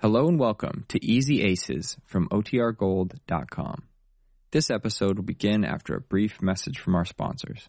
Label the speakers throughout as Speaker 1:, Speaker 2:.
Speaker 1: Hello and welcome to Easy Aces from OTRGold.com. This episode will begin after a brief message from our sponsors.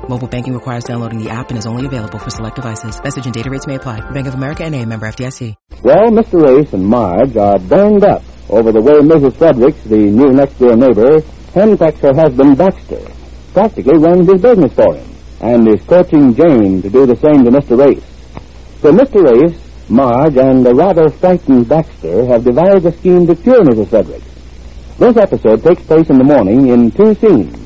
Speaker 2: Mobile banking requires downloading the app and is only available for select devices. Message and data rates may apply. Bank of America and a member FDIC.
Speaker 3: Well, Mr. Ace and Marge are banged up over the way Mrs. Fredericks, the new next door neighbor, henpecks her husband Baxter, practically runs his business for him, and is coaching Jane to do the same to Mr. Ace. So Mr. Ace, Marge, and the rather frightened Baxter have devised a scheme to cure Mrs. Fredericks. This episode takes place in the morning in two scenes.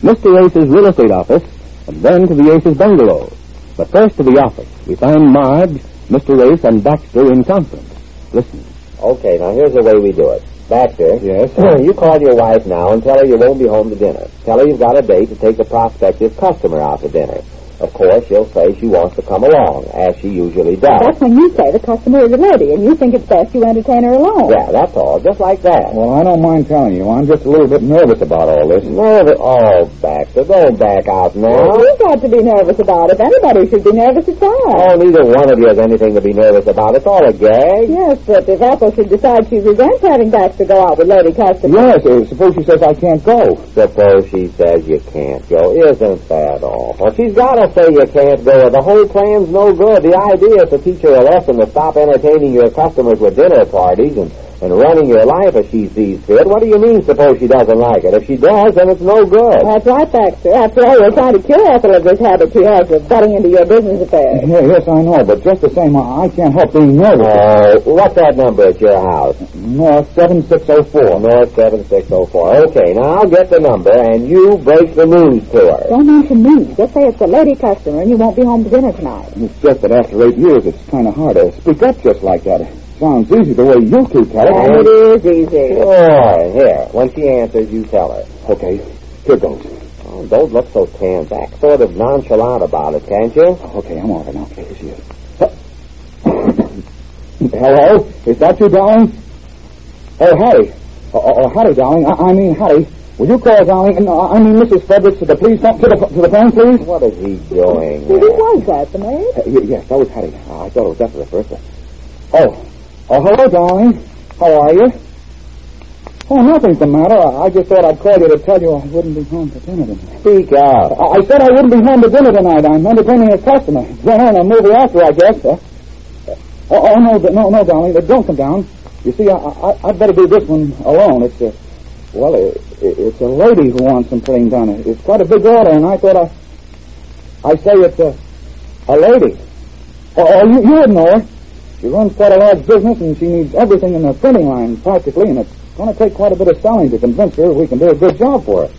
Speaker 3: Mr. Ace's real estate office, and then to the Ace's bungalow. But first to the office, we find Marge, Mr. Ace, and Baxter in conference. Listen.
Speaker 4: Okay, now here's the way we do it. Baxter.
Speaker 3: Yes?
Speaker 4: you call your wife now and tell her you won't be home to dinner. Tell her you've got a date to take the prospective customer out to dinner. Of course, she'll say she wants to come along, as she usually does.
Speaker 5: That's when you say the customer is a lady, and you think it's best you entertain her alone.
Speaker 4: Yeah, that's all. Just like that.
Speaker 3: Well, I don't mind telling you, I'm just a little bit nervous about all this.
Speaker 4: Nervous. Oh, Baxter, don't back out now.
Speaker 5: Well, We've Oh, got to be nervous about it. Anybody should be nervous at all.
Speaker 4: Oh, neither one of you has anything to be nervous about. It's all a gag.
Speaker 5: Yes, but if Ethel should decide she resents having Baxter go out with lady customers,
Speaker 3: Yes, uh, suppose she says I can't go.
Speaker 4: Suppose she says you can't go. Isn't that awful? She's got to say you can't go. The whole plan's no good. The idea is to teach her a lesson to stop entertaining your customers with dinner parties and, and running your life as she sees fit. What do you mean, suppose she doesn't like it? If she does, then it's no good.
Speaker 5: that's right, Baxter. After all, you're trying to cure Ethel of this habit she has of butting into your business affairs.
Speaker 3: yes, I know, but just the same, I, I can't help being nervous.
Speaker 4: Uh, what's that number at your house?
Speaker 3: North 7604.
Speaker 4: North 7604. Okay, now I'll get the number, and you break the news to her.
Speaker 5: Don't mention me. Just say it's a lady customer, and you won't be home to dinner tonight.
Speaker 3: It's just that after eight years, it's kind of hard to speak up just like that. It sounds easy the way you keep telling
Speaker 5: And
Speaker 3: me.
Speaker 5: it is easy.
Speaker 4: Sure, Oh, here. When she answers, you tell her.
Speaker 3: Okay, here goes.
Speaker 4: Oh, don't look so tanned back. Sort of nonchalant about it, can't you?
Speaker 3: Okay, I'm over now. Here she is. Hello? Is that you, darling? Oh, Hattie. Oh, oh, oh, Hattie, darling. I, I mean, Hattie. Will you call, darling? No, I mean, Mrs. Fredericks, to the police. To the, to the phone, please.
Speaker 4: What is he doing?
Speaker 5: Who
Speaker 4: there?
Speaker 5: was that, the maid?
Speaker 3: Uh, y- yes, that was Hattie. Uh, I thought it was Ethel at first. Oh. Oh, hello, darling. How are you? Oh, nothing's the matter. I, I just thought I'd call you to tell you I wouldn't be home for dinner tonight.
Speaker 4: Speak out.
Speaker 3: I, I said I wouldn't be home to dinner tonight. I'm entertaining a customer. Go on, I'll move you after, I guess. Uh, oh, oh, no, no, no, darling. Don't come down. You see, I, I, I'd better do this one alone. It's a, well, it, it's a lady who wants some plain dinner. It's quite a big order, and I thought I, I say it's a, a lady. Oh, oh, you, you wouldn't know her. She runs quite a large business, and she needs everything in the printing line, practically, and it's going to take quite a bit of selling to convince her we can do a good job for her.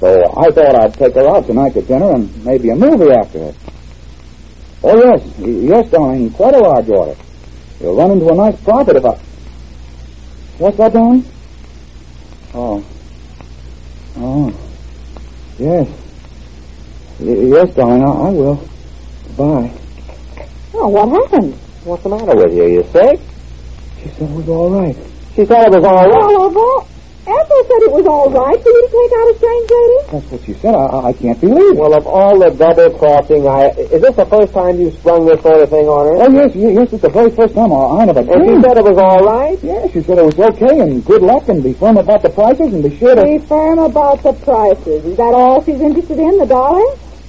Speaker 3: So I thought I'd take her out tonight to dinner and maybe a movie after it. Oh, yes. Y- Yes, darling. Quite a large order. You'll run into a nice profit if I... What's that, darling? Oh. Oh. Yes. Y- yes, darling, I, I will. Bye.
Speaker 5: Oh, what happened?
Speaker 4: What's the matter with you? You sick?
Speaker 3: She said it was all right.
Speaker 4: She said it was all right.
Speaker 5: All of all. Ethel said it was all right for you to take out a strange lady.
Speaker 3: That's what she said. I, I- I can't believe it.
Speaker 4: Well, uh, of all the double crossing, I is this the first time you sprung this sort of thing on her?
Speaker 3: Oh, yes, ye- yes, it's the very first time I, I never
Speaker 4: And she said it was all right.
Speaker 3: Yeah, she said it was okay and good luck and be firm about the prices and be sure to...
Speaker 5: Be firm about the prices. Is that all she's interested in, the dollar?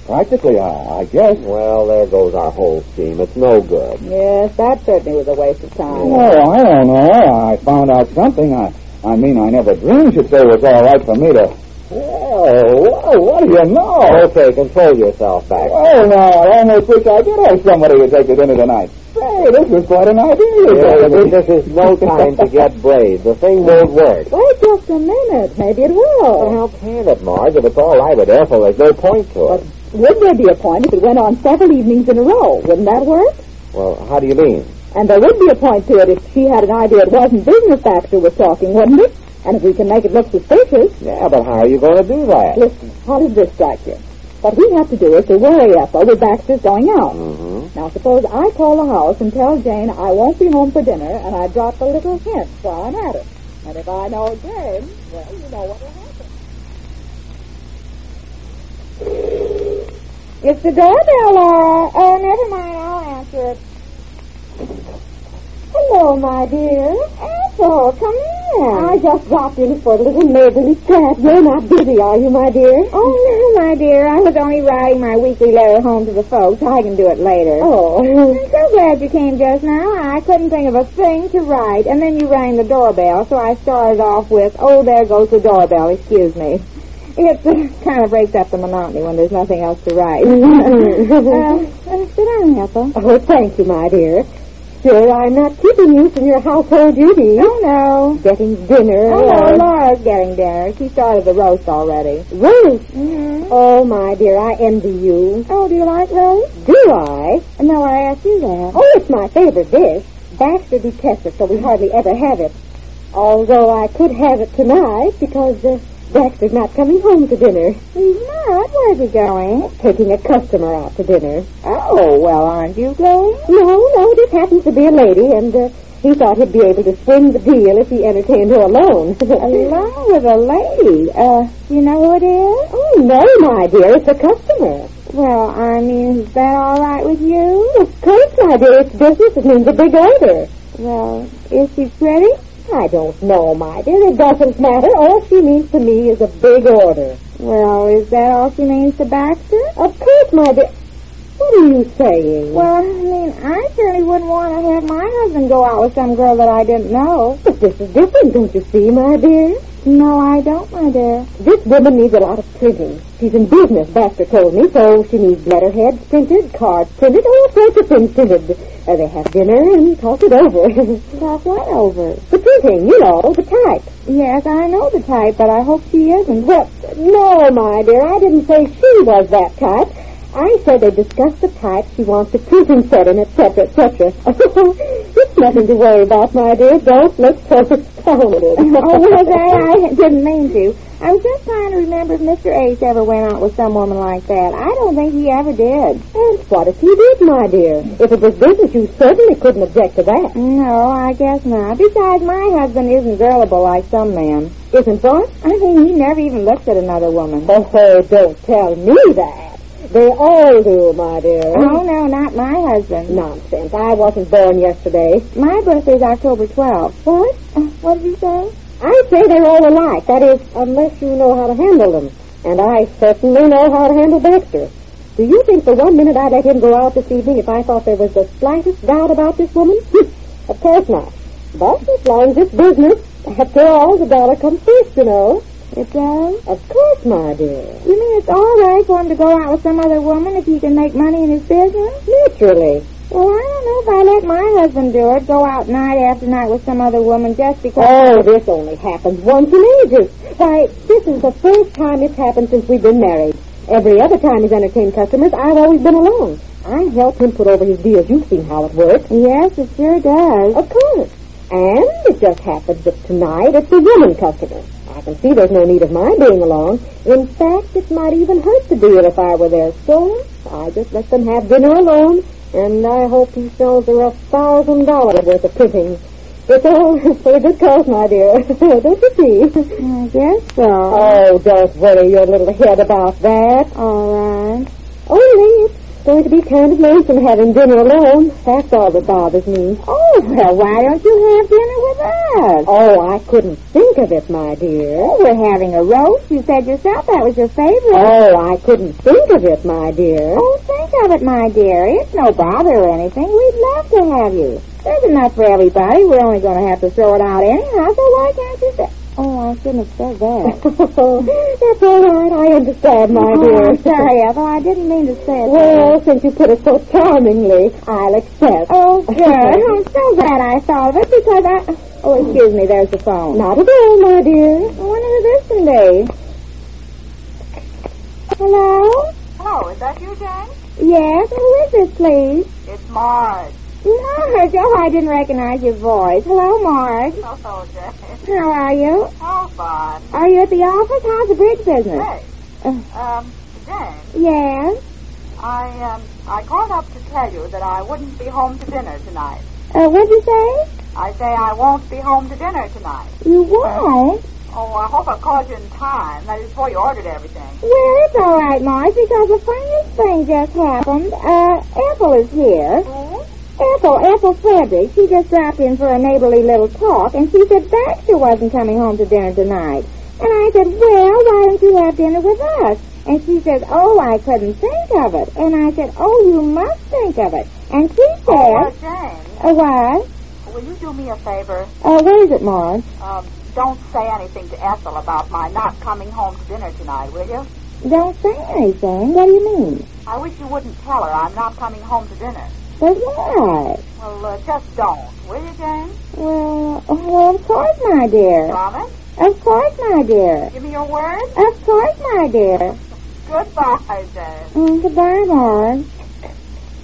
Speaker 3: Practically, I, I guess.
Speaker 4: Well, there goes our whole scheme. It's no good.
Speaker 5: Yes, that certainly was a waste of time.
Speaker 3: No, Oh, I don't know. I found out something. I, I mean, I never dreamed she'd say it was all right for me to...
Speaker 4: Well,
Speaker 3: Oh, what do you know?
Speaker 4: Okay, control yourself back.
Speaker 3: Oh, no, I almost wish I did have somebody to take you dinner tonight. Hey, this was quite an idea.
Speaker 4: Yeah,
Speaker 3: Dorothy.
Speaker 4: this is no time to get brave. The thing won't work.
Speaker 5: Wait just a minute. Maybe it
Speaker 4: Well,
Speaker 5: will.
Speaker 4: how can it, Marge? If it's all right with Ethel, there's no point to it.
Speaker 5: Would there be a point if it went on several evenings in a row? Wouldn't that work?
Speaker 4: Well, how do you mean?
Speaker 5: And there would be a point to it if she had an idea it wasn't business Baxter was talking, wouldn't it? And if we can make it look suspicious,
Speaker 4: Yeah, but how are you going to do that?
Speaker 5: listen, how does this strike you? What we have to do is to worry Ethel with Baxter's going out.
Speaker 4: Mm-hmm.
Speaker 5: Now, suppose I call the house and tell Jane I won't be home for dinner, and I drop a little hint while I'm at it. And if I know Jane, well, you know what will happen. It's the doorbell, Laura. Oh, never mind. I'll answer it. Hello, my dear. Ethel, come in. I just dropped in for a little neighborly chat. You're not busy, are you, my dear?
Speaker 6: Oh, no, my dear. I was only writing my weekly letter home to the folks. I can do it later.
Speaker 5: Oh.
Speaker 6: I'm so glad you came just now. I couldn't think of a thing to write. And then you rang the doorbell, so I started off with, oh, there goes the doorbell. Excuse me. It uh, kind of breaks up the monotony when there's nothing else to write.
Speaker 5: Mm.
Speaker 6: uh, uh, sit down, Ethel.
Speaker 5: Oh, thank you, my dear. Sure, I'm not keeping you from your household duties.
Speaker 6: Oh, no.
Speaker 5: Getting dinner.
Speaker 6: Oh, no,
Speaker 5: and-
Speaker 6: Laura's getting dinner. She started the roast already.
Speaker 5: Roast.
Speaker 6: Mm-hmm.
Speaker 5: Oh, my dear, I envy you.
Speaker 6: Oh, do you like roast?
Speaker 5: Do I?
Speaker 6: No, I asked you that.
Speaker 5: Oh, it's my favorite dish. Baxter detests it, so we hardly ever have it. Although I could have it tonight because uh, Baxter's not coming home to dinner.
Speaker 6: He's not. Where's he going?
Speaker 5: Taking a customer out to dinner.
Speaker 6: Oh, well, aren't you going?
Speaker 5: No, no, this happens to be a lady, and uh, he thought he'd be able to swing the deal if he entertained her alone.
Speaker 6: Along with a lady. Uh, you know who it is?
Speaker 5: Oh, no, my dear, it's a customer.
Speaker 6: Well, I mean, is that all right with you?
Speaker 5: Of course, my dear, it's business. It means a big order.
Speaker 6: Well, is she pretty?
Speaker 5: I don't know, my dear. It doesn't matter. All she means to me is a big order.
Speaker 6: Well, is that all she means to Baxter?
Speaker 5: Of course, my dear. What are you saying?
Speaker 6: Well, I mean, I certainly wouldn't want to have my husband go out with some girl that I didn't know.
Speaker 5: but this is different, don't you see, my dear?
Speaker 6: No, I don't, my dear.
Speaker 5: This woman needs a lot of printing. She's in business, Baxter told me, so she needs letterheads printed, cards printed, all sorts of things printed. Uh, they have dinner and talk it over.
Speaker 6: Talk what over?
Speaker 5: the printing, you know, the type.
Speaker 6: Yes, I know the type, but I hope she isn't.
Speaker 5: Well, no, my dear, I didn't say she was that type. I said they discussed the type she wants to print and set and et cetera, et cetera. it's nothing to worry about, my dear. Don't look so astounded.
Speaker 6: oh, was I? I didn't mean to. I'm just trying to remember if Mr. Ace ever went out with some woman like that. I don't think he ever did.
Speaker 5: And what if you did, my dear? If it was business, you certainly couldn't object to that.
Speaker 6: No, I guess not. Besides, my husband isn't girlable like some men.
Speaker 5: Isn't what?
Speaker 6: I mean, he never even looks at another woman.
Speaker 5: Oh, don't tell me that. They all do, my dear.
Speaker 6: No, no, not my husband.
Speaker 5: Nonsense. I wasn't born yesterday.
Speaker 6: My birthday's October 12th.
Speaker 5: What?
Speaker 6: Uh, what did you say?
Speaker 5: I say they're all alike. That is, unless you know how to handle them. And I certainly know how to handle Baxter. Do you think for one minute I'd let him go out this evening if I thought there was the slightest doubt about this woman? of course not. But as long as it's business, after all, the dollar comes first, you know.
Speaker 6: It does?
Speaker 5: Of course, my dear.
Speaker 6: You mean it's all right for him to go out with some other woman if he can make money in his business?
Speaker 5: Naturally.
Speaker 6: Well, I don't know if I let my husband do it, go out night after night with some other woman just because...
Speaker 5: Oh, this only happens once in ages. Why, this is the first time it's happened since we've been married. Every other time he's entertained customers, I've always been alone. I helped him put over his deals. You've seen how it works.
Speaker 6: Yes, it sure does.
Speaker 5: Of course. And it just happens that tonight it's a woman customer. I can see there's no need of my being along. In fact, it might even hurt the deal if I were there. So I just let them have dinner alone, and I hope he sells her a thousand dollars worth of printings. It's all for a good cause, my dear. Don't you see?
Speaker 6: I guess so.
Speaker 5: Oh, don't worry your little head about that.
Speaker 6: All right.
Speaker 5: Only it's going to be kind of lonesome having dinner alone. That's all that bothers me.
Speaker 6: Oh, well, why don't you have dinner with us?
Speaker 5: Oh, I couldn't think of it, my dear.
Speaker 6: Oh, we're having a roast. You said yourself that was your favorite.
Speaker 5: Oh, I couldn't think of it, my dear.
Speaker 6: Oh, think of it, my dear. It's no bother or anything. We'd love to have you. There's enough for everybody. We're only going to have to throw it out anyhow, so why can't you say... Oh, I shouldn't have said that.
Speaker 7: Oh, that's all right. I understand, my
Speaker 6: Oh,
Speaker 7: dear.
Speaker 6: I'm sorry, Ethel. I didn't mean to say it.
Speaker 7: Well, since you put it so charmingly, I'll accept.
Speaker 6: Oh, good. I'm so glad I thought of it because I. Oh, excuse me. There's the phone.
Speaker 7: Not at all, my dear.
Speaker 6: I wonder who this can be. Hello?
Speaker 5: Hello, Oh, is that you, Jane?
Speaker 6: Yes. Who is this, please?
Speaker 5: It's Marge.
Speaker 6: Marge. Oh, I didn't recognize your voice. Hello, Marge.
Speaker 5: Hello, Oh, Jane.
Speaker 6: How are you?
Speaker 5: How fun.
Speaker 6: Are you at the office? How's the bridge business?
Speaker 5: Oh, Hey.
Speaker 7: Uh.
Speaker 5: Um, Jane,
Speaker 6: Yes.
Speaker 5: I, um, I called up to tell you that I wouldn't be home to dinner tonight.
Speaker 6: Uh, what'd you say?
Speaker 5: I say I won't be home to dinner tonight.
Speaker 6: You won't?
Speaker 5: Oh, I hope I called you in time. That is before you ordered everything.
Speaker 6: Well, it's all right, Marge, because the funniest thing just happened. Uh, Ethel is here. Ethel, Ethel Frederick, she just dropped in for a neighborly little talk, and she said Baxter wasn't coming home to dinner tonight. And I said, well, why don't you have dinner with us? And she said, oh, I couldn't think of it. And I said, oh, you must think of it. And she
Speaker 5: Well,
Speaker 6: said,
Speaker 5: Jane,
Speaker 6: uh, why?
Speaker 5: will you do me a favor?
Speaker 6: Uh, what is it, Marge?
Speaker 5: Um, don't say anything to Ethel about my not coming home to dinner tonight, will you?
Speaker 6: Don't say anything. What do you mean?
Speaker 5: I wish you wouldn't tell her I'm not coming home to dinner.
Speaker 6: But why?
Speaker 5: Well, uh, just don't, will you, Jane?
Speaker 6: Well, oh, well, of course, my dear.
Speaker 5: Promise?
Speaker 6: Of course, my dear.
Speaker 5: Give me your word?
Speaker 6: Of course, my dear.
Speaker 5: Goodbye, Dad.
Speaker 6: Mm, goodbye, Marge.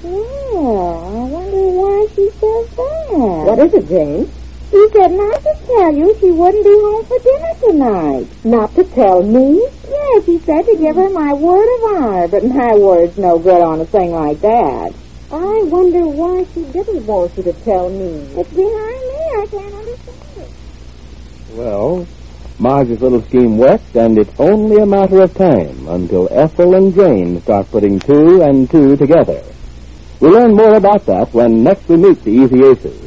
Speaker 6: Well, I wonder why she says that.
Speaker 7: What is it, Jane?
Speaker 6: She said not to tell you she wouldn't be home for dinner tonight.
Speaker 7: Not to tell me?
Speaker 6: Yes, she said to give her my word of honor, but my word's no good on a thing like that.
Speaker 7: I wonder why she didn't want you to tell me.
Speaker 6: It's behind me. I can't understand it.
Speaker 3: Well, Marge's little scheme worked, and it's only a matter of time until Ethel and Jane start putting two and two together. We'll learn more about that when next we meet the Easy Aces.